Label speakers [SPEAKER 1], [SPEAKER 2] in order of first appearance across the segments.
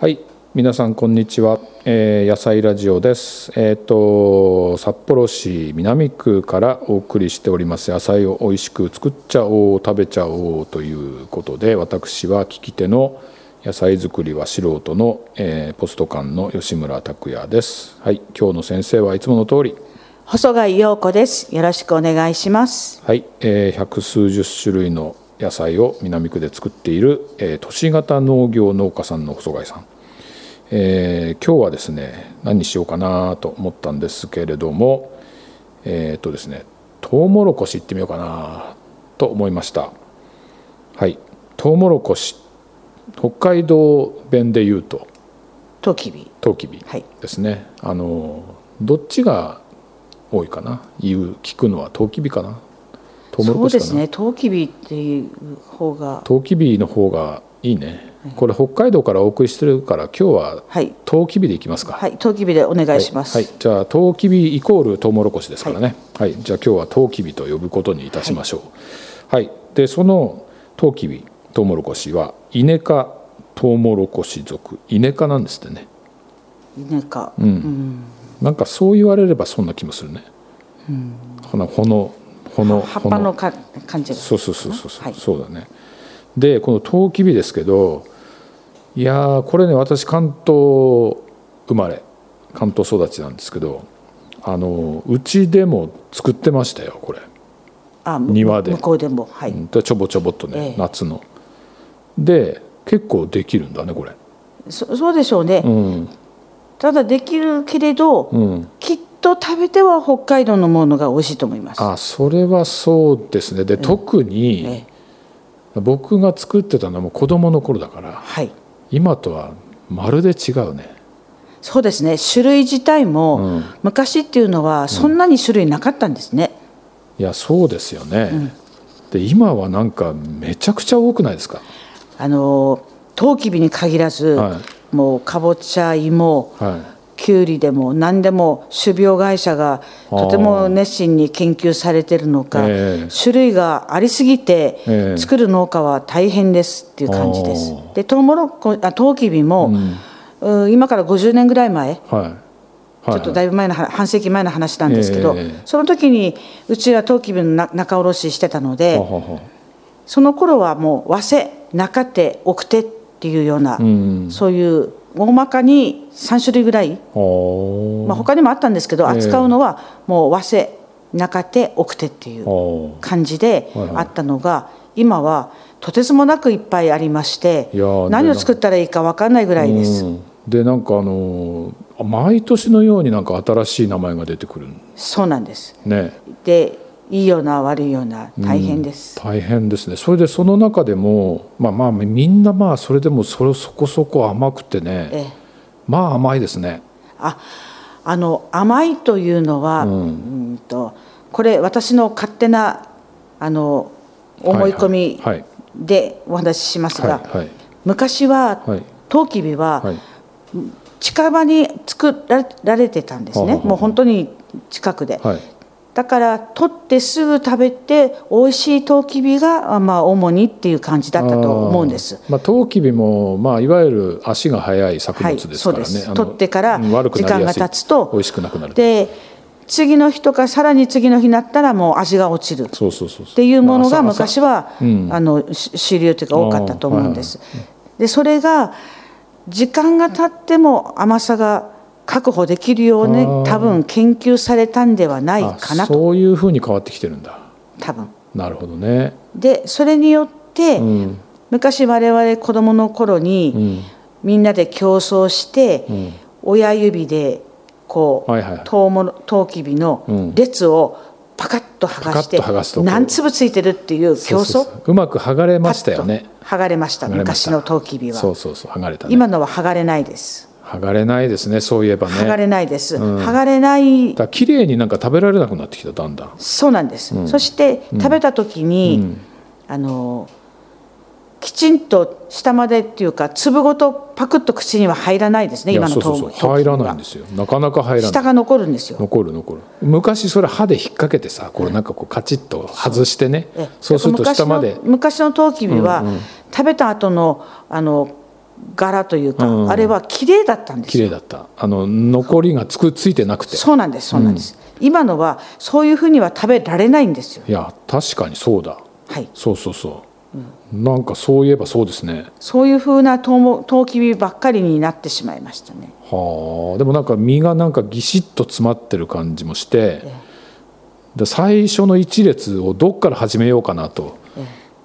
[SPEAKER 1] はい、皆さんこんにちは、えー野菜ラジオです。えっ、と札幌市南区からお送りしております野菜を美味しく作っちゃおう食べちゃおうということで、私は聞き手の野菜作りは素人の、えーポスト館の吉村拓也です。はい、今日の先生はいつもの通り、
[SPEAKER 2] 細貝陽子です。よろしくお願いします。
[SPEAKER 1] はい、えー百数十種類の野菜を南区で作っている、えー都市型農業農家さんの細貝さん、えー今日はですね何にしようかなと思ったんですけれどもえっ、とですねトウモロコシ行ってみようかなと思いましたはいトウモロコシ北海道弁で言うと
[SPEAKER 2] トキビ。
[SPEAKER 1] トウキビ
[SPEAKER 2] はい
[SPEAKER 1] ですね、あのどっちが多いかな言う聞くのはトウキビかなトウモロ
[SPEAKER 2] そう
[SPEAKER 1] コシ
[SPEAKER 2] で
[SPEAKER 1] かな
[SPEAKER 2] すね。トキビっていう方が。
[SPEAKER 1] トウキビの方がいいねこれ北海道からお送りしてるから今日は
[SPEAKER 2] はい。
[SPEAKER 1] トウキビでいきますか
[SPEAKER 2] はい。トキビでお願いします。
[SPEAKER 1] はい、じゃあトウキビイコールトウモロコシですからね、はいじゃあ今日はトウキビと呼ぶことにいたしましょうはい、でそのトウキビトウモロコシはイネ科トウモロコシ属イネ科なんですってね
[SPEAKER 2] なんか。
[SPEAKER 1] うん、なんかそう言われればそんな気もするね、このほのほの
[SPEAKER 2] 葉っ
[SPEAKER 1] ほ
[SPEAKER 2] ぱのか感じが。
[SPEAKER 1] そうそうそうそうそう、
[SPEAKER 2] はい
[SPEAKER 1] そうだねでこのトウキビですけどいやーこれね私関東生まれ関東育ちなんですけどあのうちでも作ってましたよこれ、
[SPEAKER 2] あ、む
[SPEAKER 1] 庭で
[SPEAKER 2] 向こうでも。は
[SPEAKER 1] う
[SPEAKER 2] い。
[SPEAKER 1] んでちょぼちょぼっとね、
[SPEAKER 2] ええ
[SPEAKER 1] 夏ので結構できるんだねこれ
[SPEAKER 2] そそうでしょうね
[SPEAKER 1] う。ん
[SPEAKER 2] ただできるけれど、
[SPEAKER 1] うん
[SPEAKER 2] きっと食べては北海道のものが美味しいと思います。
[SPEAKER 1] あそれはそうですねで特
[SPEAKER 2] え
[SPEAKER 1] に
[SPEAKER 2] え
[SPEAKER 1] 僕が作ってたのはもう子供の頃だから
[SPEAKER 2] はい。
[SPEAKER 1] 今とはまるで違うね
[SPEAKER 2] そうですね。種類自体も、
[SPEAKER 1] うん
[SPEAKER 2] 昔っていうのはそんなに種類なかったんですね。
[SPEAKER 1] いやそうですよね、で今はなんかめちゃくちゃ多くないですか
[SPEAKER 2] あのトウキビに限らず、
[SPEAKER 1] は
[SPEAKER 2] もうかぼちゃ芋
[SPEAKER 1] は
[SPEAKER 2] きゅうりでも何でも種苗会社が
[SPEAKER 1] あー
[SPEAKER 2] とても熱心に研究されてるのか、
[SPEAKER 1] ええ
[SPEAKER 2] 種類がありすぎて、
[SPEAKER 1] ええ
[SPEAKER 2] 作る農家は大変ですっていう感じです
[SPEAKER 1] あー。
[SPEAKER 2] でトウモロコあトウキビも、
[SPEAKER 1] ん
[SPEAKER 2] うん今から50年ぐらい前
[SPEAKER 1] いはい
[SPEAKER 2] ちょ
[SPEAKER 1] は
[SPEAKER 2] っと
[SPEAKER 1] い
[SPEAKER 2] だいぶ前の話半世紀前の話なんですけど、
[SPEAKER 1] ええ
[SPEAKER 2] その時にうちはトウキビのな仲卸してたので、
[SPEAKER 1] ははは
[SPEAKER 2] その頃はもう和製中手奥手っていうような、
[SPEAKER 1] ん
[SPEAKER 2] そういう大まかに3種類ぐらい、
[SPEAKER 1] おー
[SPEAKER 2] まあ、他にもあったんですけど
[SPEAKER 1] え
[SPEAKER 2] 扱うのはもう和製中手奥手っていう
[SPEAKER 1] おー
[SPEAKER 2] 感じで
[SPEAKER 1] はいはい
[SPEAKER 2] あったのが今はとてつもなくいっぱいありまして
[SPEAKER 1] いやーね
[SPEAKER 2] 何を作ったらいいか分かんないぐらいです。
[SPEAKER 1] うんでなんかあのー毎年のようになんか新しい名前が出てくる
[SPEAKER 2] そうなんです
[SPEAKER 1] ね
[SPEAKER 2] でいいような悪いような大変です。
[SPEAKER 1] 大変ですねそれでその中でもまあまあみんなまあそれでもそれそこそこ甘くて
[SPEAKER 2] え
[SPEAKER 1] ね
[SPEAKER 2] え
[SPEAKER 1] まあ甘いですね
[SPEAKER 2] ああの甘いというのは、
[SPEAKER 1] う
[SPEAKER 2] うんん、とこれ私の勝手なあの思い込み
[SPEAKER 1] はいはい
[SPEAKER 2] でお話ししますが、
[SPEAKER 1] はいはい
[SPEAKER 2] 昔は、
[SPEAKER 1] はい
[SPEAKER 2] トウキビは、
[SPEAKER 1] はい
[SPEAKER 2] 近場に作られてたんですね、
[SPEAKER 1] はあはあはあ
[SPEAKER 2] もう本当に近くで、
[SPEAKER 1] はい
[SPEAKER 2] だから取ってすぐ食べて美味しいトウキビが、あまあ、主にっていう感じだったと思うんです
[SPEAKER 1] あ。ーまあ、トウキビも、まあ、いわゆる足が速い作
[SPEAKER 2] は
[SPEAKER 1] 物
[SPEAKER 2] い、
[SPEAKER 1] です
[SPEAKER 2] そ
[SPEAKER 1] か
[SPEAKER 2] う
[SPEAKER 1] らね、
[SPEAKER 2] です
[SPEAKER 1] あの
[SPEAKER 2] 取ってから
[SPEAKER 1] うん悪く
[SPEAKER 2] 時
[SPEAKER 1] なり
[SPEAKER 2] 間
[SPEAKER 1] や
[SPEAKER 2] が
[SPEAKER 1] すい
[SPEAKER 2] 経つと
[SPEAKER 1] 美味しくなくなる
[SPEAKER 2] で次の日とかさらに次の日になったらもう味が落ちるっ
[SPEAKER 1] そうそうそうって
[SPEAKER 2] いうものが昔
[SPEAKER 1] は、
[SPEAKER 2] は、
[SPEAKER 1] うん
[SPEAKER 2] あのし主流というか多かったと思うんです。でそれが時間が経っても甘さが確保できるよう
[SPEAKER 1] あー
[SPEAKER 2] に多分研究されたんではない
[SPEAKER 1] あ
[SPEAKER 2] かなと
[SPEAKER 1] そういうふうに変わってきてるんだ
[SPEAKER 2] 多分。
[SPEAKER 1] なるほどね
[SPEAKER 2] でそれによって、
[SPEAKER 1] うん
[SPEAKER 2] 昔我々子供の頃に、
[SPEAKER 1] うん
[SPEAKER 2] みんなで競争して、
[SPEAKER 1] ん
[SPEAKER 2] 親指でこう、
[SPEAKER 1] はいはい
[SPEAKER 2] トウモロトウキビの列をパカッと剥がして、
[SPEAKER 1] パカッと剥がすとこう
[SPEAKER 2] 何粒ついてるっていう競
[SPEAKER 1] そう
[SPEAKER 2] 争
[SPEAKER 1] そうそううまく剥がれましたよね
[SPEAKER 2] 剥がれました
[SPEAKER 1] 剥がれまし
[SPEAKER 2] 昔
[SPEAKER 1] た
[SPEAKER 2] のトウキビは、
[SPEAKER 1] そうそうそう剥がれたね
[SPEAKER 2] 今のは剥がれないです、
[SPEAKER 1] 剥がれないですねそういえばね
[SPEAKER 2] 剥が
[SPEAKER 1] だ
[SPEAKER 2] れないです、
[SPEAKER 1] ん
[SPEAKER 2] 剥がれない
[SPEAKER 1] から綺麗になんか食べられなくなってきただんだん
[SPEAKER 2] そうなんです、そして食べた時に、
[SPEAKER 1] うん
[SPEAKER 2] あのきちんと下までっていうか粒ごとパクッと口には入らないですね
[SPEAKER 1] いや
[SPEAKER 2] 今の
[SPEAKER 1] そ
[SPEAKER 2] ト
[SPEAKER 1] う
[SPEAKER 2] ウト
[SPEAKER 1] そう
[SPEAKER 2] ウキ
[SPEAKER 1] そう
[SPEAKER 2] ビは
[SPEAKER 1] 入らないんですよなかなか入らな
[SPEAKER 2] 下
[SPEAKER 1] い
[SPEAKER 2] が残るんですよ
[SPEAKER 1] 残る残る昔それ歯で引っ掛けてさこれなんかこうカチッと外してね
[SPEAKER 2] ええ
[SPEAKER 1] そうすると
[SPEAKER 2] 昔
[SPEAKER 1] 下
[SPEAKER 2] の
[SPEAKER 1] まで
[SPEAKER 2] 昔のトウキビは、食べた後のあの柄というか、
[SPEAKER 1] うん
[SPEAKER 2] あれは綺麗だったんです
[SPEAKER 1] 綺
[SPEAKER 2] よ
[SPEAKER 1] 麗だったあの残りがつくついてなくて
[SPEAKER 2] そうなんですそうなんです、今のはそういうふうには食べられないんですよ
[SPEAKER 1] いや確かにそうだ
[SPEAKER 2] はい
[SPEAKER 1] そうそうそう、なんかそういえばそうですね
[SPEAKER 2] そういうふうなとうもとうきびばっかりになってしまいましたね
[SPEAKER 1] はあでもなんか身がなんかぎしっと詰まってる感じもして
[SPEAKER 2] え
[SPEAKER 1] で最初の一列をどっから始めようかなと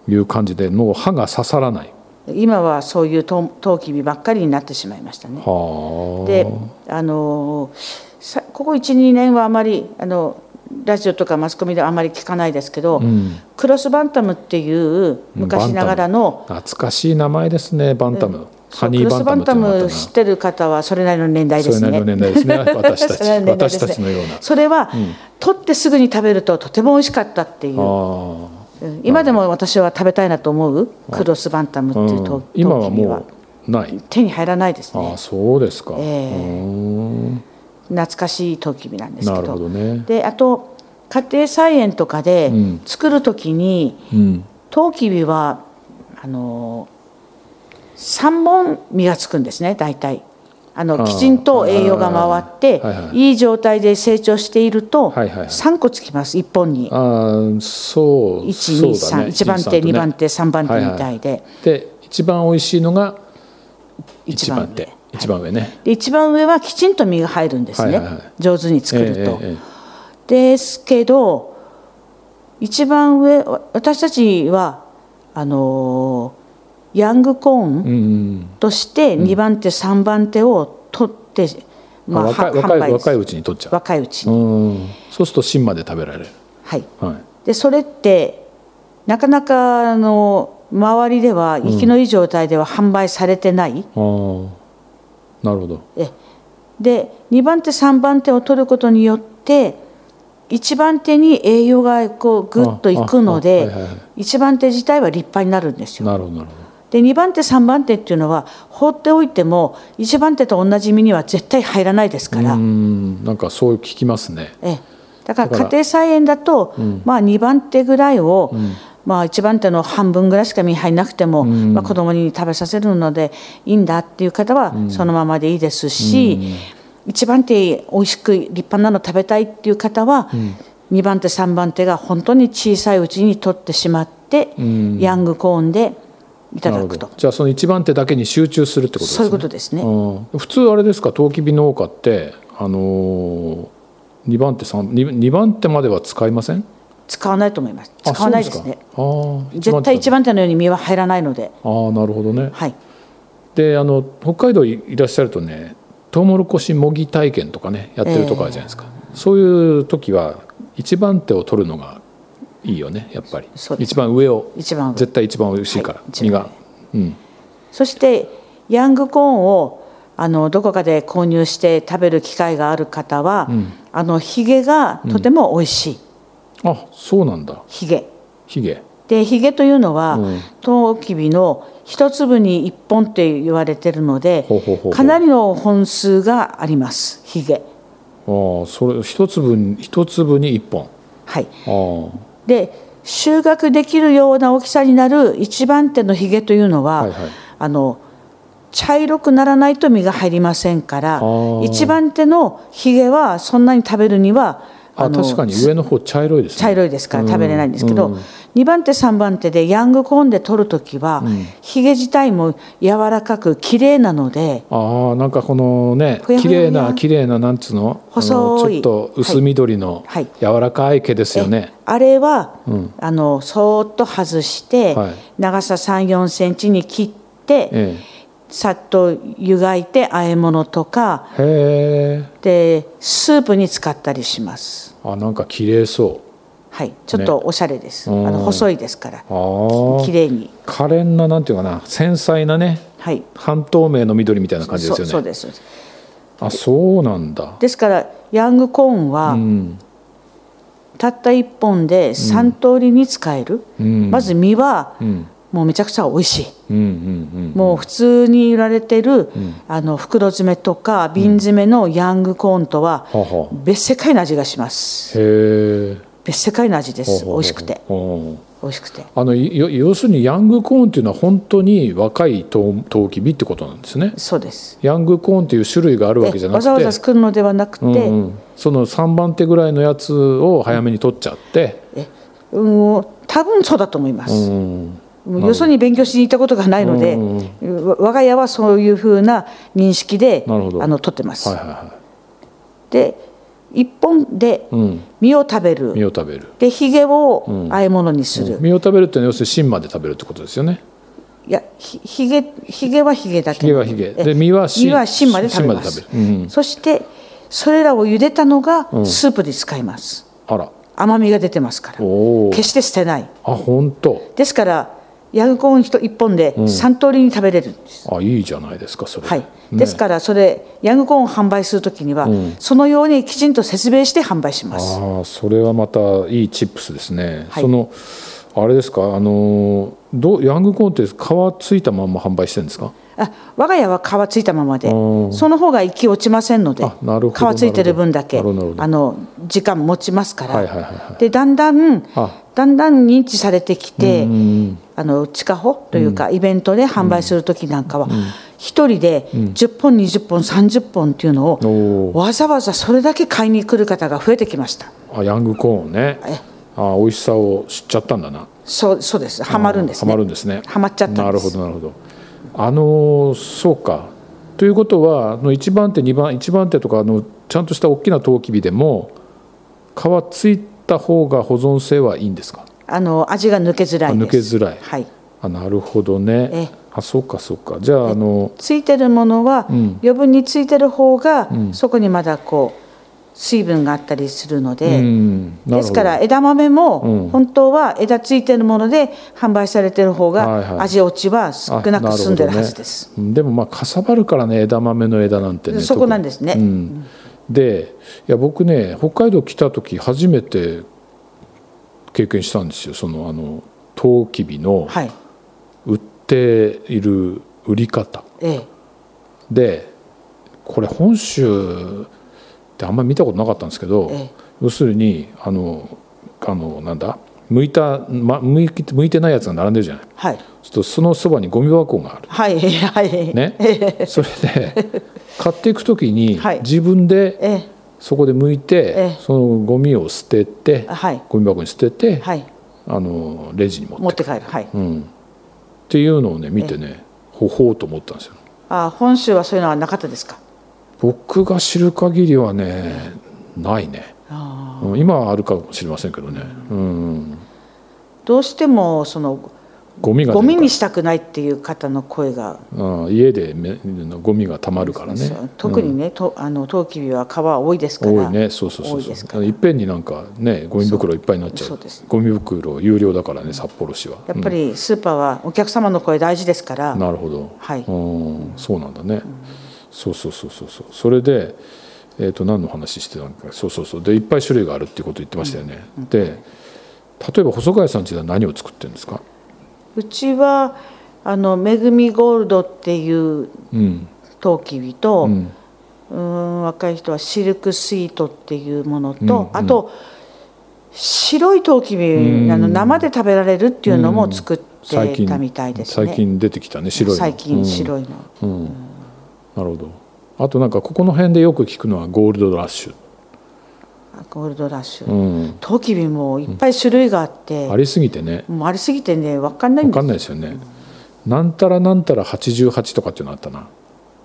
[SPEAKER 2] え
[SPEAKER 1] いう感じでもう歯が刺さらない
[SPEAKER 2] 今はそういうとうとうきびばっかりになってしまいましたね
[SPEAKER 1] はあ
[SPEAKER 2] であのさここ12年はあまりあのラジオとかマスコミではあまり聞かないですけど、
[SPEAKER 1] うん
[SPEAKER 2] クロスバンタムっていう昔ながらの、
[SPEAKER 1] 懐かしい名前ですねバンタム、
[SPEAKER 2] そ
[SPEAKER 1] ハ
[SPEAKER 2] う
[SPEAKER 1] ニー
[SPEAKER 2] クロ
[SPEAKER 1] バ
[SPEAKER 2] ス
[SPEAKER 1] ンタ
[SPEAKER 2] バ
[SPEAKER 1] ム
[SPEAKER 2] ン
[SPEAKER 1] って
[SPEAKER 2] タ
[SPEAKER 1] のがあった
[SPEAKER 2] ム
[SPEAKER 1] な
[SPEAKER 2] 知ってる方はそれなりの年代
[SPEAKER 1] そ
[SPEAKER 2] で
[SPEAKER 1] れ
[SPEAKER 2] す
[SPEAKER 1] なり
[SPEAKER 2] ね
[SPEAKER 1] の。年代です ね私たち、
[SPEAKER 2] それなりの年代
[SPEAKER 1] 私
[SPEAKER 2] ですね
[SPEAKER 1] たちのような
[SPEAKER 2] それは、取ってすぐに食べるととても美味しかったってい
[SPEAKER 1] あ
[SPEAKER 2] う、
[SPEAKER 1] あ
[SPEAKER 2] うん今でも私は食べたいなと思うクロスバンタムっていうと、
[SPEAKER 1] うん今は
[SPEAKER 2] 陶器
[SPEAKER 1] もうない
[SPEAKER 2] 手に入らないです
[SPEAKER 1] あ
[SPEAKER 2] ね
[SPEAKER 1] あそうですか、
[SPEAKER 2] ええ
[SPEAKER 1] うーん
[SPEAKER 2] 懐かしい陶器なんですけ
[SPEAKER 1] な
[SPEAKER 2] ど
[SPEAKER 1] るほどね
[SPEAKER 2] であと家庭菜園とかで
[SPEAKER 1] うん
[SPEAKER 2] 作る時に、
[SPEAKER 1] うん
[SPEAKER 2] トウキビはあの3本実がつくんですね大体あの
[SPEAKER 1] あー
[SPEAKER 2] きちんと栄養が回って、
[SPEAKER 1] はいはい
[SPEAKER 2] いい、状態で成長していると、
[SPEAKER 1] はいはいはい
[SPEAKER 2] 3個つきます1本に
[SPEAKER 1] ああそうそうだね
[SPEAKER 2] 123、一番
[SPEAKER 1] 123
[SPEAKER 2] 手、
[SPEAKER 1] とね
[SPEAKER 2] 2番手3番手みたいで、
[SPEAKER 1] で一番美味しいのが
[SPEAKER 2] 一
[SPEAKER 1] 一
[SPEAKER 2] 番
[SPEAKER 1] 番手一番上ね、
[SPEAKER 2] で一番上はきちんと実が入るんですね、
[SPEAKER 1] はいはいはい
[SPEAKER 2] 上手に作ると、
[SPEAKER 1] ええええ
[SPEAKER 2] ですけど一番上わ私たちはあのーヤングコーン、
[SPEAKER 1] ええうん
[SPEAKER 2] として2番手3番手を取って、
[SPEAKER 1] まあ、
[SPEAKER 2] は
[SPEAKER 1] 若い若い
[SPEAKER 2] です
[SPEAKER 1] 若いうちに取っちゃう
[SPEAKER 2] 若いうち
[SPEAKER 1] う
[SPEAKER 2] に、
[SPEAKER 1] んそうすると芯まで食べられる
[SPEAKER 2] はい、
[SPEAKER 1] はい
[SPEAKER 2] でそれってなかなかあの周りでは生きのいい状態では販売されてない、
[SPEAKER 1] あーなるほど
[SPEAKER 2] えで2番手3番手を取ることによって1番手に栄養がこうぐっといくので、
[SPEAKER 1] あああはいはいは
[SPEAKER 2] 1番手自体は立派になるんですよ。
[SPEAKER 1] なるほどなるほ
[SPEAKER 2] で2番手3番手っていうのは放っておいても1番手と同じ身には絶対入らないですか
[SPEAKER 1] ど
[SPEAKER 2] ら、
[SPEAKER 1] うんなんかそう聞きますね
[SPEAKER 2] ええ、だから
[SPEAKER 1] だから
[SPEAKER 2] 家庭菜園だとまあ、2番手ぐらいを、まあ、1番手の半分ぐらいしか身に入らなくても、まあ、子供に食べさせるのでいいんだっていう方はそのままでいいですし、一1番手美味しく立派なの食べたいっていう方は、二2番手3番手が本当に小さいうちに取ってしまって、ヤングコーンでいた
[SPEAKER 1] な
[SPEAKER 2] だ
[SPEAKER 1] るほ
[SPEAKER 2] くと
[SPEAKER 1] ど。じゃあその一番手だけに集中するってことです
[SPEAKER 2] そう
[SPEAKER 1] ね
[SPEAKER 2] いうことですね。
[SPEAKER 1] うん普通あれですかトウキビ農家ってあのー、2番手三二二番手までは使いません
[SPEAKER 2] 使わないと思います。
[SPEAKER 1] あ
[SPEAKER 2] 使わないですね。
[SPEAKER 1] そうですかあ
[SPEAKER 2] 絶対一
[SPEAKER 1] 番
[SPEAKER 2] 番手のように身は入らないので、
[SPEAKER 1] 手あーなるほどね
[SPEAKER 2] はい。
[SPEAKER 1] であの北海道いいらっしゃるとねトウモロコシ模擬体験とかねやってるとこあるじゃないですか、そういう時は一番手を取るのがいいよねやっぱり
[SPEAKER 2] そうです
[SPEAKER 1] 一番上を
[SPEAKER 2] 一番上
[SPEAKER 1] 絶対一番美味しいから、
[SPEAKER 2] はい
[SPEAKER 1] 身が、うん、
[SPEAKER 2] そしてヤングコーンをあのどこかで購入して食べる機会がある方は、あのヒゲがとても美味しい、
[SPEAKER 1] あそうなんだ
[SPEAKER 2] ヒゲ。
[SPEAKER 1] ヒゲ
[SPEAKER 2] でヒゲというのは、
[SPEAKER 1] うん
[SPEAKER 2] トウキビの一粒に一本って言われてるので
[SPEAKER 1] ほうほうほうほう
[SPEAKER 2] かなりの本数がありますヒゲ
[SPEAKER 1] ああそれ一粒に一粒に一本
[SPEAKER 2] はい
[SPEAKER 1] ああ
[SPEAKER 2] で収穫できるような大きさになる一番手のヒゲというのは、
[SPEAKER 1] はいはい
[SPEAKER 2] あの茶色くならないと実が入りませんから
[SPEAKER 1] ー
[SPEAKER 2] 一番手のヒゲはそんなに食べるには
[SPEAKER 1] あ
[SPEAKER 2] の
[SPEAKER 1] 確かに上の方茶色いですね
[SPEAKER 2] 茶色いですから食べれないんですけど、2番手3番手でヤングコーンで取る時は、ヒゲ自体も柔らかく綺麗なので
[SPEAKER 1] ああなんかこのね
[SPEAKER 2] ふやふ
[SPEAKER 1] 綺
[SPEAKER 2] やふや
[SPEAKER 1] 麗な綺麗ななんつうのあの
[SPEAKER 2] 細い
[SPEAKER 1] ちょっと薄緑の
[SPEAKER 2] はいはい
[SPEAKER 1] 柔らかい毛ですよね、
[SPEAKER 2] あれは、あのそーっと外して、
[SPEAKER 1] はい
[SPEAKER 2] 長さ3 4センチに切って、
[SPEAKER 1] え
[SPEAKER 2] さっと湯がいて和え物とか
[SPEAKER 1] えへえ
[SPEAKER 2] でスープに使ったりします
[SPEAKER 1] あなんか綺麗そ
[SPEAKER 2] はいちょっとおしゃれです、
[SPEAKER 1] うん
[SPEAKER 2] あの細いですから
[SPEAKER 1] うあ
[SPEAKER 2] 綺
[SPEAKER 1] あ
[SPEAKER 2] 麗に
[SPEAKER 1] 可憐ななんていうかな繊細なね
[SPEAKER 2] はい
[SPEAKER 1] 半透明の緑みたいな感じです
[SPEAKER 2] そ
[SPEAKER 1] よね
[SPEAKER 2] そうですそうです
[SPEAKER 1] あそうなんだ
[SPEAKER 2] ですからヤングコーンは、
[SPEAKER 1] うん
[SPEAKER 2] たった1本で3通りに使える、
[SPEAKER 1] うん
[SPEAKER 2] まず身は、
[SPEAKER 1] ん
[SPEAKER 2] もうめちゃくちゃ美味しい
[SPEAKER 1] うんうん
[SPEAKER 2] もう普通に売られてる、あの袋詰めとか瓶詰めのヤングコーンとは
[SPEAKER 1] うんはは
[SPEAKER 2] 別世界の味がします、
[SPEAKER 1] へえ
[SPEAKER 2] 別世界の味です美味しくて
[SPEAKER 1] おー
[SPEAKER 2] 美味しくて
[SPEAKER 1] あのいよ要するにヤングコーンっていうのは本当に若いトウトウキビってことなんですね
[SPEAKER 2] そうです
[SPEAKER 1] ヤングコーンっていう種類があるわけじゃな
[SPEAKER 2] わ
[SPEAKER 1] くて
[SPEAKER 2] ざわざ作るのではなくて、
[SPEAKER 1] うんうんその3番手ぐらいのやつを早めに取っちゃって、
[SPEAKER 2] えうん、多分そうだと思いま
[SPEAKER 1] う
[SPEAKER 2] す、
[SPEAKER 1] ん
[SPEAKER 2] よそに勉強しに行ったことがないので、
[SPEAKER 1] うん
[SPEAKER 2] わ我が家はそういうふうな認識で
[SPEAKER 1] なるほど
[SPEAKER 2] あの取ってます、
[SPEAKER 1] はいはいは
[SPEAKER 2] で一本で
[SPEAKER 1] い、うん、
[SPEAKER 2] 実を食べる、
[SPEAKER 1] 実を食べる
[SPEAKER 2] でひげをあえ物にする、
[SPEAKER 1] 実を食べるっていうのは要するに芯まで食べるってことですよね
[SPEAKER 2] いやひひげひげはひげだけ
[SPEAKER 1] ひげはひげ
[SPEAKER 2] え
[SPEAKER 1] で実は芯
[SPEAKER 2] 実は芯まで食べます
[SPEAKER 1] 芯まで食べるうん
[SPEAKER 2] そしてそれらを茹でたのがスープに使います、
[SPEAKER 1] あら
[SPEAKER 2] 甘みが出てますから
[SPEAKER 1] おお
[SPEAKER 2] 決して捨てない
[SPEAKER 1] あ本当
[SPEAKER 2] ですからヤングコーン一一本で3通りに食べれるんです、
[SPEAKER 1] あいいじゃないですかそれ、
[SPEAKER 2] はい
[SPEAKER 1] ね
[SPEAKER 2] ですからそれヤングコーンを販売するときには、そのようにきちんと説明して販売します
[SPEAKER 1] ああそれはまたいいチップスですね、
[SPEAKER 2] はい
[SPEAKER 1] そのあれですかあのどうヤングコーンって皮ついたまんま販売してるんですか
[SPEAKER 2] あ我が家は皮ついたままで
[SPEAKER 1] うん
[SPEAKER 2] その方が息落ちませんので
[SPEAKER 1] あなるほど
[SPEAKER 2] 皮ついてる分だけ
[SPEAKER 1] なるほどなるほど
[SPEAKER 2] あの時間持ちますから、
[SPEAKER 1] はいはいはいは
[SPEAKER 2] でだんだん
[SPEAKER 1] あ
[SPEAKER 2] だんだん認知されてきてあの地下歩というか、イベントで販売する時なんかは、一人で10本20本30本っていうの
[SPEAKER 1] お
[SPEAKER 2] をわざわざそれだけ買いに来る方が増えてきました
[SPEAKER 1] いあヤングコーンね
[SPEAKER 2] え
[SPEAKER 1] あ美味しさを知っちゃったんだな
[SPEAKER 2] そうそうですハマるんですね
[SPEAKER 1] はまるんですね
[SPEAKER 2] ハマっちゃったんです
[SPEAKER 1] なるほどなるほどあのそうかということはあの1番手2番1番手とかあのちゃんとした大きなトウキビでも皮ついた方が保存性はいいんですか
[SPEAKER 2] あの味が抜けづらいです
[SPEAKER 1] あ抜けづらい
[SPEAKER 2] はい
[SPEAKER 1] あなるほど
[SPEAKER 2] え
[SPEAKER 1] ね
[SPEAKER 2] え
[SPEAKER 1] あそうかそうかじゃああの
[SPEAKER 2] ついてるものは、余分についてる方が、そこにまだこう水分があったりするので、
[SPEAKER 1] うんなるほど
[SPEAKER 2] ですから枝豆も本当は枝ついてるもので販売されてる方
[SPEAKER 1] はいはい
[SPEAKER 2] が味落ちは少なく済んでるはずで
[SPEAKER 1] あ
[SPEAKER 2] す。
[SPEAKER 1] なるほどねうんでもまあかさばるからね枝豆の枝なんてね
[SPEAKER 2] そこなんですね
[SPEAKER 1] 特にうんでいや僕ね北海道来た時初めて経験したんですよそのあのトウキビの
[SPEAKER 2] はい、
[SPEAKER 1] 売っている売り方
[SPEAKER 2] ええ、
[SPEAKER 1] でこれ本州ってあんまり見たことなかったんですけど、
[SPEAKER 2] ええ
[SPEAKER 1] 要するにあのあのなんだ剥いた、ま、剥い剥いてないやつが並んでるじゃない
[SPEAKER 2] はい、
[SPEAKER 1] ちょっとそのそばにゴミ箱がある
[SPEAKER 2] はい、 はい、
[SPEAKER 1] ね、それで買っていく時に
[SPEAKER 2] はい
[SPEAKER 1] 自分で
[SPEAKER 2] ええ、
[SPEAKER 1] そこで剥いて
[SPEAKER 2] ええ
[SPEAKER 1] そのゴミを捨てて
[SPEAKER 2] はい
[SPEAKER 1] ゴミ箱に捨てて
[SPEAKER 2] はい、
[SPEAKER 1] あのレジに持って
[SPEAKER 2] 持って帰る、はい。
[SPEAKER 1] うんっていうのをね見てねほほうと思ったんですよ
[SPEAKER 2] あ、本州はそういうのはなかったですか。
[SPEAKER 1] 僕が知る限りはねないねうん今はあるかもしれませんけどねうん
[SPEAKER 2] どうしてもその
[SPEAKER 1] ゴミが出
[SPEAKER 2] ゴ
[SPEAKER 1] るか
[SPEAKER 2] ミ
[SPEAKER 1] ら
[SPEAKER 2] にしたくないっていう方の声が、
[SPEAKER 1] うん家でめゴミがたまるからね
[SPEAKER 2] そう特にね、とあのトウキビは皮多いですから、
[SPEAKER 1] 多いねそうそうそう
[SPEAKER 2] 多いです
[SPEAKER 1] そ
[SPEAKER 2] か
[SPEAKER 1] ういっぺんになんかねゴミ袋いっぱいになっちゃう
[SPEAKER 2] そうです
[SPEAKER 1] ゴミ袋有料だからね札幌市は
[SPEAKER 2] やっぱりスーパーはお客様の声大事ですから、
[SPEAKER 1] なるほど、
[SPEAKER 2] はい
[SPEAKER 1] うんそうなんだね、そうそうそうそうそうそれで、えー、と何の話してたのかそうそうそうでいっぱい種類があるっていうこと言ってましたよね、で例えば細貝さんちでは何を作ってるんですか、
[SPEAKER 2] うちはあの「めぐみゴールド」っていう
[SPEAKER 1] うん
[SPEAKER 2] トウキビと、
[SPEAKER 1] う
[SPEAKER 2] うんーん若い人はシルクスイートっていうものと、あと白いトウキビあの生で食べられるっていうのも作ってたみたいですね。
[SPEAKER 1] 最近出てきたね白いの
[SPEAKER 2] 最近
[SPEAKER 1] うん
[SPEAKER 2] 白いの、
[SPEAKER 1] なるほどあとなんかここの辺でよく聞くのはゴールドラッシュ、
[SPEAKER 2] ゴールドラッシュ、
[SPEAKER 1] うん、
[SPEAKER 2] トウキビもいっぱい種類があって、
[SPEAKER 1] ありすぎてね
[SPEAKER 2] もうありすぎてね分かんないん
[SPEAKER 1] わか
[SPEAKER 2] です
[SPEAKER 1] んないですよね。なんたらなんたら88とかっていうのあったな。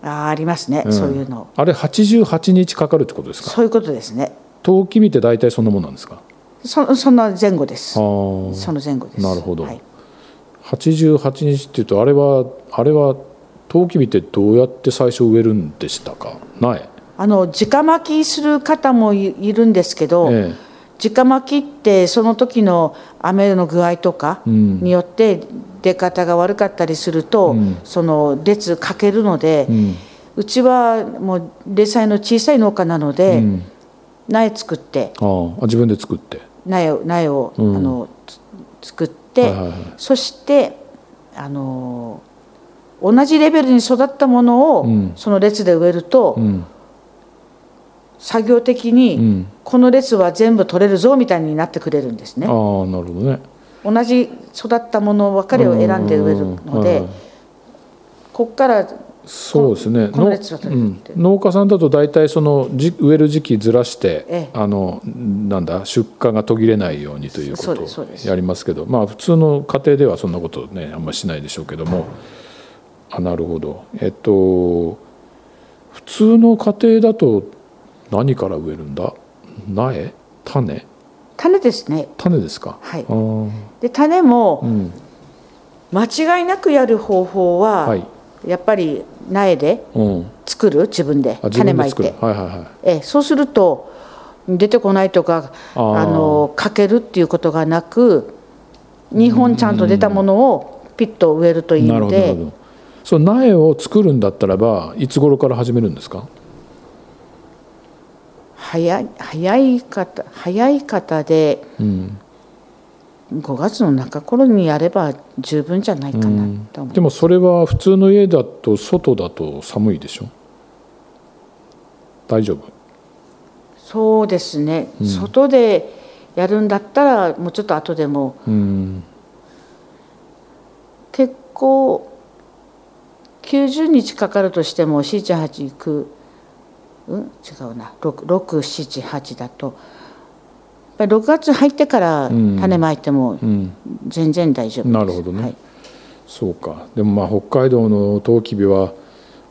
[SPEAKER 2] あーありますね、
[SPEAKER 1] ん
[SPEAKER 2] そういうの
[SPEAKER 1] あれ88日かかるってことですか。
[SPEAKER 2] そういうことですね
[SPEAKER 1] 冬季見って大体そんなもんなんですか。
[SPEAKER 2] そそんな前後で
[SPEAKER 1] あ
[SPEAKER 2] す
[SPEAKER 1] あ、
[SPEAKER 2] その前後です
[SPEAKER 1] なるほど
[SPEAKER 2] はい
[SPEAKER 1] 88日っていうとあれはあれは冬季見ってどうやって最初植えるんでしたか。ない。
[SPEAKER 2] あの直巻きする方もいいるんですけど、
[SPEAKER 1] え
[SPEAKER 2] 直巻きってその時の雨の具合とか
[SPEAKER 1] ん
[SPEAKER 2] によって出方が悪かったりすると、その列かけるので、
[SPEAKER 1] え。
[SPEAKER 2] う
[SPEAKER 1] うん。
[SPEAKER 2] ちはもう零細の小さい農家なので、
[SPEAKER 1] うん
[SPEAKER 2] 苗作って
[SPEAKER 1] あーあ、自分で作って。
[SPEAKER 2] 苗を苗を、
[SPEAKER 1] うん
[SPEAKER 2] あのつ作って、
[SPEAKER 1] はいはいはい
[SPEAKER 2] そしてあの同じレベルに育ったものを、
[SPEAKER 1] うん
[SPEAKER 2] その列で植えると、
[SPEAKER 1] うん。
[SPEAKER 2] 作業的にこの列は全部取れるぞみたいになってくれるんですね
[SPEAKER 1] ああ。なるほどね
[SPEAKER 2] 同じ育ったものばかりを選んで植えるの
[SPEAKER 1] うんうんうんはいは
[SPEAKER 2] で
[SPEAKER 1] い
[SPEAKER 2] こっから
[SPEAKER 1] そうですね
[SPEAKER 2] この列は取れるって
[SPEAKER 1] うん農家さんだと大体そのじ植える時期ずらして、
[SPEAKER 2] ええ
[SPEAKER 1] あのなんだ出荷が途切れないようにというこ
[SPEAKER 2] そう
[SPEAKER 1] と
[SPEAKER 2] ですそう
[SPEAKER 1] を
[SPEAKER 2] です
[SPEAKER 1] やりますけどまあ普通の家庭ではそんなことねあんまりしないでしょうけどもあなるほどえっと普通の家庭だと何から植えるんだ苗種
[SPEAKER 2] 種ですね。
[SPEAKER 1] 種ですか
[SPEAKER 2] はい
[SPEAKER 1] あー
[SPEAKER 2] で種も
[SPEAKER 1] うん
[SPEAKER 2] 間違いなくやる方法
[SPEAKER 1] は
[SPEAKER 2] はいやっぱり苗で
[SPEAKER 1] うん
[SPEAKER 2] 作る自分で
[SPEAKER 1] あ自
[SPEAKER 2] 種
[SPEAKER 1] 分
[SPEAKER 2] ま
[SPEAKER 1] で
[SPEAKER 2] い
[SPEAKER 1] 作る
[SPEAKER 2] て。
[SPEAKER 1] はいはいはい
[SPEAKER 2] ええそうすると出てこないとか
[SPEAKER 1] あー
[SPEAKER 2] あのかけるっていうことがなく2本ちゃんと出たものをピッと植えるといい
[SPEAKER 1] なる
[SPEAKER 2] の
[SPEAKER 1] ほどなる
[SPEAKER 2] で
[SPEAKER 1] ほどその苗を作るんだったらばいつ頃から始めるんですか
[SPEAKER 2] 早い早い方早い方で
[SPEAKER 1] うん、
[SPEAKER 2] 5月の中頃にやれば十分じゃないかなと思う、
[SPEAKER 1] でもそれは普通の家だと外だと寒いでしょ大丈夫
[SPEAKER 2] そうですね、外でやるんだったらもうちょっと後でも
[SPEAKER 1] うん
[SPEAKER 2] 結構90日かかるとしても789うん違うな6778だとやっぱり6月入ってから
[SPEAKER 1] うん
[SPEAKER 2] 種まいても
[SPEAKER 1] うん
[SPEAKER 2] 全然大丈夫です、
[SPEAKER 1] なるほどね
[SPEAKER 2] はい
[SPEAKER 1] そうかでもまあ北海道のトウキビは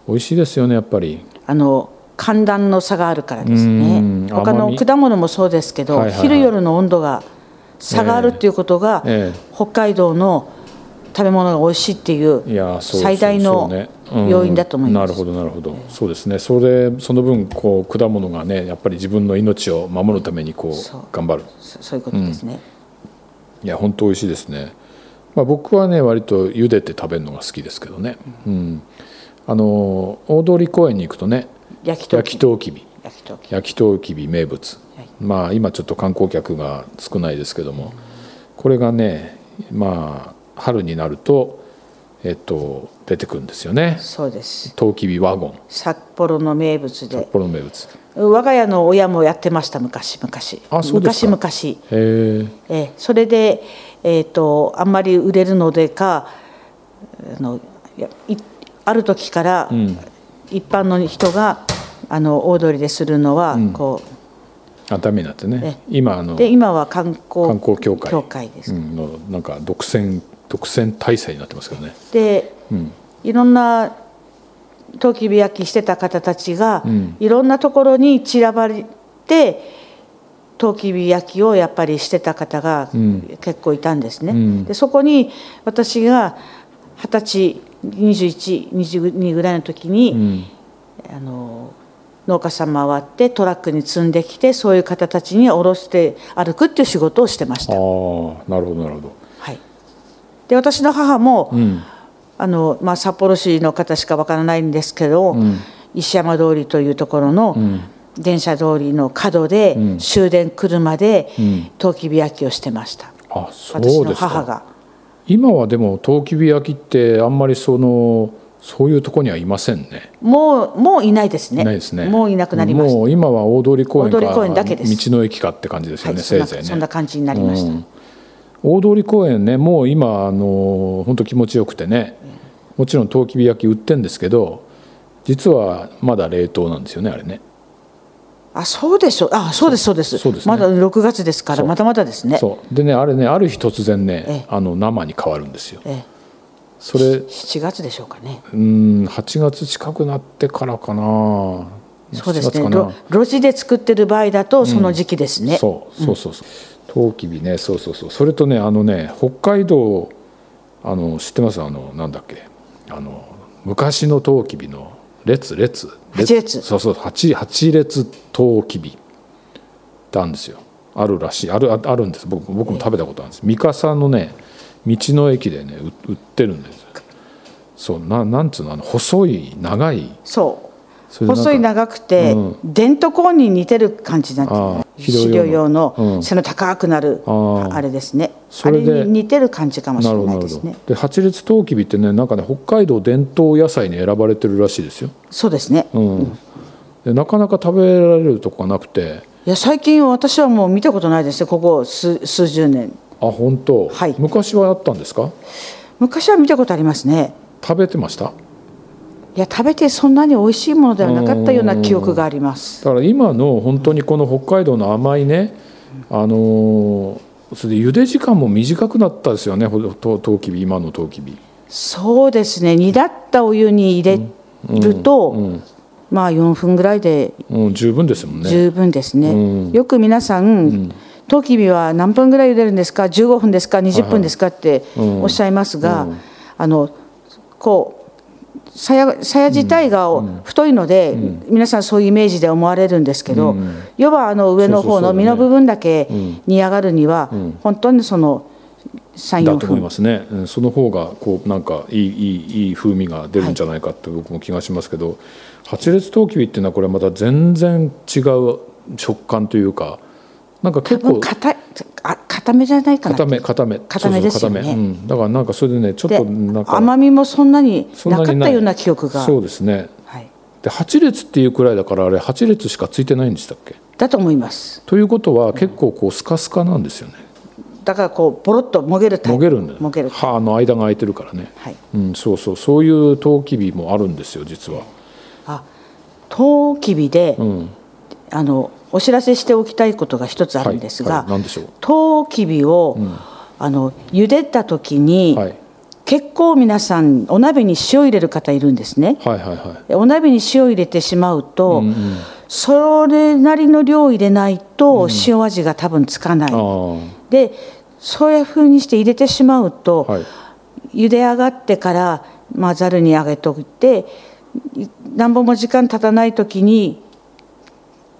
[SPEAKER 1] 美味しいですよねやっぱり
[SPEAKER 2] あの寒暖の差があるからです
[SPEAKER 1] うん
[SPEAKER 2] ね他
[SPEAKER 1] 甘
[SPEAKER 2] の
[SPEAKER 1] み
[SPEAKER 2] 果物もそうですけど、
[SPEAKER 1] はいはいはい
[SPEAKER 2] 昼夜の温度が差があるっていうことが、
[SPEAKER 1] え
[SPEAKER 2] 北海道の食べ物が美味しいっていう
[SPEAKER 1] いやそう
[SPEAKER 2] 最大
[SPEAKER 1] そ
[SPEAKER 2] の
[SPEAKER 1] うそうねうん
[SPEAKER 2] 要因だと思います
[SPEAKER 1] なるほどなるほど、そうですねそれその分こう果物がねやっぱり自分の命を守るためにこ
[SPEAKER 2] そう
[SPEAKER 1] う頑張る
[SPEAKER 2] そそういうことですね、
[SPEAKER 1] いや本当美味しいですね、まあ、僕はね割と茹でて食べるのが好きですけどね、うん、あの大通公園に行くとね
[SPEAKER 2] 焼きとう
[SPEAKER 1] 焼
[SPEAKER 2] き
[SPEAKER 1] きとうきび
[SPEAKER 2] 焼きとうき
[SPEAKER 1] 焼きとうきび名物、
[SPEAKER 2] はい
[SPEAKER 1] まあ今ちょっと観光客が少ないですけどもこれがねまあ春になるとえっと出てくるんですよね
[SPEAKER 2] そうです
[SPEAKER 1] とうきびワゴン
[SPEAKER 2] 札幌の名物で
[SPEAKER 1] 札幌の名物
[SPEAKER 2] 我が家の親もやってました昔昔
[SPEAKER 1] あそうですか
[SPEAKER 2] 昔々
[SPEAKER 1] へえ
[SPEAKER 2] ええそれで、えー、とあんまり売れるのでかあのいやいある時から、
[SPEAKER 1] ん
[SPEAKER 2] 一般の人があの大通りでするのは、こ
[SPEAKER 1] あダメになってね今あの
[SPEAKER 2] うで今は観光
[SPEAKER 1] 観光協会
[SPEAKER 2] です、
[SPEAKER 1] うん、のなんか独占独占体制になってますけどね
[SPEAKER 2] で、
[SPEAKER 1] うん
[SPEAKER 2] いろんなトウキビ焼きしてた方たちが、
[SPEAKER 1] ん
[SPEAKER 2] いろんなところに散らばってトウキビ焼きをやっぱりしてた方が
[SPEAKER 1] ん
[SPEAKER 2] 結構いたんですね。
[SPEAKER 1] ん
[SPEAKER 2] でそこに私が二十歳2122ぐらいの時に、
[SPEAKER 1] ん
[SPEAKER 2] あの農家さん回ってトラックに積んできてそういう方たちに卸して歩くっていう仕事をしてまし
[SPEAKER 1] ああ
[SPEAKER 2] た。
[SPEAKER 1] なるほどなるほど
[SPEAKER 2] はい、で私の母も、
[SPEAKER 1] うん
[SPEAKER 2] あのまあ、札幌市の方しかわからないんですけど、石山通りというところの電車通りの角で、終電車でとうきび焼きをしてました
[SPEAKER 1] あそう
[SPEAKER 2] 私の
[SPEAKER 1] です
[SPEAKER 2] 母
[SPEAKER 1] か
[SPEAKER 2] が
[SPEAKER 1] 今はでもとうきび焼きってあんまりそのそういうとこにはいませんね
[SPEAKER 2] もうもういないですね
[SPEAKER 1] ないですね
[SPEAKER 2] もういなくなりました
[SPEAKER 1] もう今は大通公園か
[SPEAKER 2] 大通公園だけです
[SPEAKER 1] 道の駅かって感じですよね、
[SPEAKER 2] はいそん
[SPEAKER 1] せい
[SPEAKER 2] な
[SPEAKER 1] ぜいね
[SPEAKER 2] そんな感じになりました、
[SPEAKER 1] うん大通公園ねもう今あの本当気持ちよくてねもちろんとうきび焼き売ってんですけど実はまだ冷凍なんですよねあれね
[SPEAKER 2] あそうでしょあそうですそうです
[SPEAKER 1] そうですね
[SPEAKER 2] まだ6月ですか
[SPEAKER 1] そ
[SPEAKER 2] ら
[SPEAKER 1] う
[SPEAKER 2] またまたですね
[SPEAKER 1] そうでねあれねある日突然ね
[SPEAKER 2] ええ
[SPEAKER 1] あの生に変わるんですよ
[SPEAKER 2] ええ
[SPEAKER 1] それ
[SPEAKER 2] 7月でしょうかね
[SPEAKER 1] うん8月近くなってからかな
[SPEAKER 2] そうです
[SPEAKER 1] 7
[SPEAKER 2] ね
[SPEAKER 1] 月か
[SPEAKER 2] ろ
[SPEAKER 1] な
[SPEAKER 2] 路地で作ってる場合だとその時期ですね、
[SPEAKER 1] そうそうそうそうとうきびねそうそうそうそれとねあのね北海道あの知ってますあのなんだっけあの昔のとうきびの列列
[SPEAKER 2] 八列
[SPEAKER 1] そうそう八八列とうきびなんですよあるらしいあるああるんです僕僕も食べたことあるんです三笠のね道の駅でねう売ってるんですよそうななんつうのあの細い長い
[SPEAKER 2] そう
[SPEAKER 1] それでなんか
[SPEAKER 2] 細い長くて、
[SPEAKER 1] うん
[SPEAKER 2] デントコーンに似てる感じになって
[SPEAKER 1] ああ
[SPEAKER 2] る飼料用
[SPEAKER 1] う
[SPEAKER 2] の
[SPEAKER 1] ん
[SPEAKER 2] 背の高くなる
[SPEAKER 1] あ
[SPEAKER 2] あ
[SPEAKER 1] あ
[SPEAKER 2] れですね
[SPEAKER 1] そ
[SPEAKER 2] あ
[SPEAKER 1] れ
[SPEAKER 2] れ
[SPEAKER 1] で
[SPEAKER 2] に似てる感じかもし
[SPEAKER 1] な
[SPEAKER 2] れ
[SPEAKER 1] るほ
[SPEAKER 2] ない
[SPEAKER 1] どな
[SPEAKER 2] で
[SPEAKER 1] るほ
[SPEAKER 2] す
[SPEAKER 1] ど、
[SPEAKER 2] ね
[SPEAKER 1] で八列とうきびってねなんかね北海道伝統野菜に選ばれてるらしいですよ、
[SPEAKER 2] そうですね、
[SPEAKER 1] うんでなかなか食べられるとこがなくて
[SPEAKER 2] いや最近私はもう見たことないですよここ数数十年
[SPEAKER 1] あ本当、
[SPEAKER 2] はい
[SPEAKER 1] 昔はあったんですか
[SPEAKER 2] 昔は見たことありますね
[SPEAKER 1] 食べてました
[SPEAKER 2] いや食べてそんなに美味しいものではなかったような記憶があります
[SPEAKER 1] だから今の本当にこの北海道の甘いね、あのーそれで茹で時間も短くなったですよねほととうきび今のとうきび
[SPEAKER 2] そうですね煮立ったお湯に入れると、
[SPEAKER 1] うん、
[SPEAKER 2] まあ4分ぐらいで
[SPEAKER 1] うん、十分ですもんね
[SPEAKER 2] 十分ですね、
[SPEAKER 1] うん
[SPEAKER 2] よく皆さん、トウキビは何分ぐらい茹でるんですか15分ですか20分ですかって
[SPEAKER 1] うん
[SPEAKER 2] おっしゃいますが、
[SPEAKER 1] うん
[SPEAKER 2] あのこうさやさや自体が太いので、皆さんそういうイメージで思われるんですけど、
[SPEAKER 1] うん
[SPEAKER 2] 要はあの上の方
[SPEAKER 1] そうそうそうだ
[SPEAKER 2] の
[SPEAKER 1] ね
[SPEAKER 2] 身の部分だけ
[SPEAKER 1] うん
[SPEAKER 2] 煮上がるには、本当にその
[SPEAKER 1] だ
[SPEAKER 2] 34
[SPEAKER 1] と思い
[SPEAKER 2] 分
[SPEAKER 1] ますね、うん、その方がこうなんかいいいいいい風味が出るんじゃないかって僕も気がしますけど、八列とうきびっていうのはこれまた全然違う食感というかなんか
[SPEAKER 2] 多
[SPEAKER 1] 結
[SPEAKER 2] 分
[SPEAKER 1] 構
[SPEAKER 2] 硬いあ硬めじゃないかな
[SPEAKER 1] 固め固め
[SPEAKER 2] 固めですよね
[SPEAKER 1] そうそう固めうん、だからなんかそれでねちょっ
[SPEAKER 2] で
[SPEAKER 1] となんか
[SPEAKER 2] 甘みもそんなに
[SPEAKER 1] そん
[SPEAKER 2] な
[SPEAKER 1] なに
[SPEAKER 2] か
[SPEAKER 1] ない
[SPEAKER 2] ったような記憶が
[SPEAKER 1] そうですね
[SPEAKER 2] はい、
[SPEAKER 1] で8列っていうくらいだからあれ8列しかついてないんでしたっけ
[SPEAKER 2] だと思います。
[SPEAKER 1] ということは結構こうスカスカなんですよね
[SPEAKER 2] だからこうボロッともげるタイプ
[SPEAKER 1] もげるんだよ
[SPEAKER 2] もげる
[SPEAKER 1] 歯の間が空いてるからね、
[SPEAKER 2] はい
[SPEAKER 1] うん、そうそうそういうとうきびもあるんですよ実は、
[SPEAKER 2] あとうきびで、
[SPEAKER 1] うん、
[SPEAKER 2] あのお知らせしておきたいことが一つあるんです
[SPEAKER 1] はい
[SPEAKER 2] が、
[SPEAKER 1] はい何でしょう
[SPEAKER 2] とうきびを、あの茹でた時に、
[SPEAKER 1] はい
[SPEAKER 2] 結構皆さんお鍋に塩入れる方いるんですね
[SPEAKER 1] はいはいは
[SPEAKER 2] お鍋に塩入れてしまうと、それなりの量入れないと塩味が多分つかない、
[SPEAKER 1] いあー
[SPEAKER 2] でそういうふうにして入れてしまうと、
[SPEAKER 1] はい
[SPEAKER 2] 茹で上がってから、まあ、ざるに上げといてい何本も時間経たない時に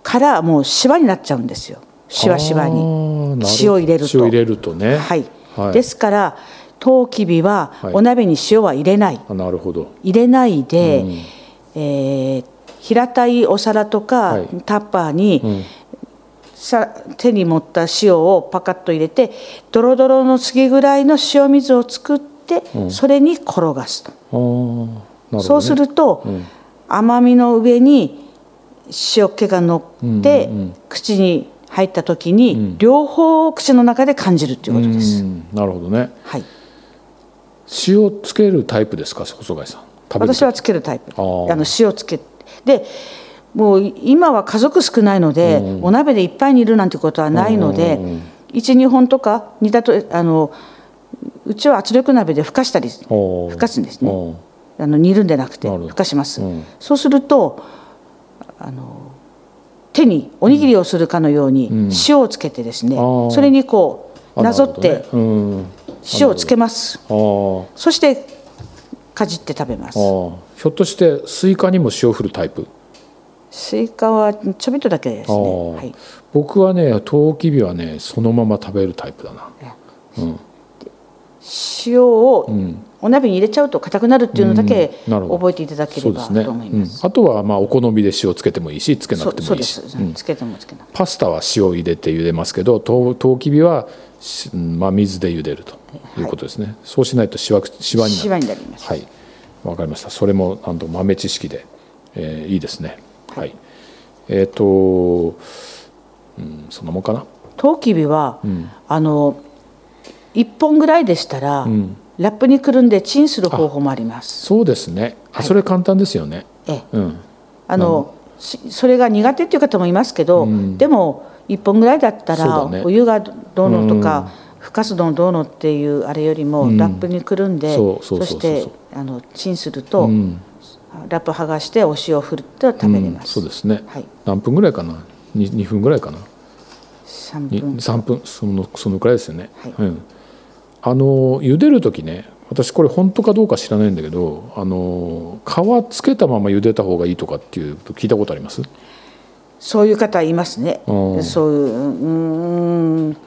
[SPEAKER 2] からもうしわになっちゃうんですよしわしわ
[SPEAKER 1] あ
[SPEAKER 2] に。
[SPEAKER 1] ーなほど
[SPEAKER 2] 塩入れると
[SPEAKER 1] 塩入れるとね
[SPEAKER 2] はい
[SPEAKER 1] はい
[SPEAKER 2] ですからとうきびは
[SPEAKER 1] はい
[SPEAKER 2] お鍋に塩は入れない、
[SPEAKER 1] あなるほど
[SPEAKER 2] 入れないで、えー平たいお皿とか、
[SPEAKER 1] はい
[SPEAKER 2] タッパーに、さ手に持った塩をパカッと入れてドロドロの次ぐらいの塩水を作って、それに転がすと。
[SPEAKER 1] あーなるほど、ね、
[SPEAKER 2] そうすると、甘みの上に塩気が乗って、口に入った時に、両方を口の中で感じるということです。
[SPEAKER 1] うんなるほどね
[SPEAKER 2] はい、
[SPEAKER 1] 塩つけるタイプですか細貝さん食べる
[SPEAKER 2] 私はつけるタイプ。あ
[SPEAKER 1] あー
[SPEAKER 2] の塩つけでもう今は家族少ないので、お鍋でいっぱい煮るなんてことはないので、一二12本とか煮たとあのうちは圧力鍋でふかしたりふ
[SPEAKER 1] おー
[SPEAKER 2] かすんですね。
[SPEAKER 1] おー
[SPEAKER 2] あの煮るんじゃなくて
[SPEAKER 1] なるほど
[SPEAKER 2] ふかします、
[SPEAKER 1] うん
[SPEAKER 2] そうするとあの手におにぎりをするかのように塩をつけてですね、
[SPEAKER 1] あー
[SPEAKER 2] それにこう
[SPEAKER 1] あ
[SPEAKER 2] なぞっ
[SPEAKER 1] なる
[SPEAKER 2] て
[SPEAKER 1] ほどね
[SPEAKER 2] 塩をつけます、
[SPEAKER 1] うん、あ
[SPEAKER 2] そしてかじって食べま
[SPEAKER 1] あ
[SPEAKER 2] す
[SPEAKER 1] ーひょっとしてスイカにも塩振るタイプ、
[SPEAKER 2] スイカはちょびっとだけです
[SPEAKER 1] あ
[SPEAKER 2] ね、
[SPEAKER 1] ー
[SPEAKER 2] はい、
[SPEAKER 1] 僕はねとうきびはねそのまま食べるタイプだな
[SPEAKER 2] 塩をお鍋に入れちゃうと硬くなるっていうのだけ
[SPEAKER 1] うんなるほど
[SPEAKER 2] 覚えていただけ
[SPEAKER 1] そ
[SPEAKER 2] れ
[SPEAKER 1] うで
[SPEAKER 2] ば
[SPEAKER 1] すね、
[SPEAKER 2] と思いま
[SPEAKER 1] うん
[SPEAKER 2] す、
[SPEAKER 1] あとはまあお好みで塩つけてもいいしつけな
[SPEAKER 2] そ
[SPEAKER 1] く
[SPEAKER 2] う
[SPEAKER 1] て
[SPEAKER 2] そ
[SPEAKER 1] も
[SPEAKER 2] う
[SPEAKER 1] い
[SPEAKER 2] で
[SPEAKER 1] いし
[SPEAKER 2] す、つけてもつけなく
[SPEAKER 1] パスタは塩入れて茹でますけどとうとうきびは、しうんまあ、水で茹でるということですね、そうしないとしわくしわにな
[SPEAKER 2] シ
[SPEAKER 1] る
[SPEAKER 2] ワになります
[SPEAKER 1] はい、わかりました。それもあの豆知識で、えーいいですね。はい。えっ、と、うん、そんなもんかな。
[SPEAKER 2] トウキビは、あの1本ぐらいでしたら、ラップにくるんでチンする方法もあります。
[SPEAKER 1] そうですね。あ、それ簡単ですよね。
[SPEAKER 2] ええ
[SPEAKER 1] うん。
[SPEAKER 2] あのしそれが苦手っていう方もいますけど、でも1本ぐらいだったら、
[SPEAKER 1] そうだね
[SPEAKER 2] お湯がどうのとか、ふかすどうのどうのっていうあれよりも、ラップにくるんで
[SPEAKER 1] そうそうそうそう
[SPEAKER 2] そしてあのチンすると、ラップ剥がしてお塩を振ると食べれます。
[SPEAKER 1] そうですね。
[SPEAKER 2] はい
[SPEAKER 1] 何分ぐらいかな。に二分ぐらいかな。
[SPEAKER 2] 三
[SPEAKER 1] に
[SPEAKER 2] 分
[SPEAKER 1] 三分そのそのくらいですよね。
[SPEAKER 2] はい
[SPEAKER 1] うん。あの茹でる時ね。私これ本当かどうか知らないんだけど、あの皮つけたまま茹でた方がいいとかっていう聞いたことあります？
[SPEAKER 2] そういう方いますね。
[SPEAKER 1] うん
[SPEAKER 2] そういう、うーん。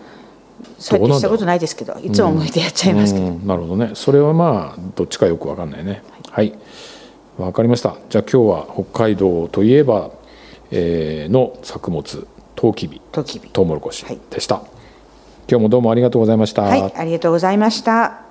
[SPEAKER 2] そうやってしたことないですけど、いつも向いてやっちゃいますけど。
[SPEAKER 1] うんなるほどねそれはまあどっちかよくわかんないねはいわ、かりましたじゃあ今日は北海道といえば、えーの作物トウキビ
[SPEAKER 2] トキビ。
[SPEAKER 1] トウモロコシ
[SPEAKER 2] はい
[SPEAKER 1] でした、今日もどうもありがとうございました、
[SPEAKER 2] はい、ありがとうございました。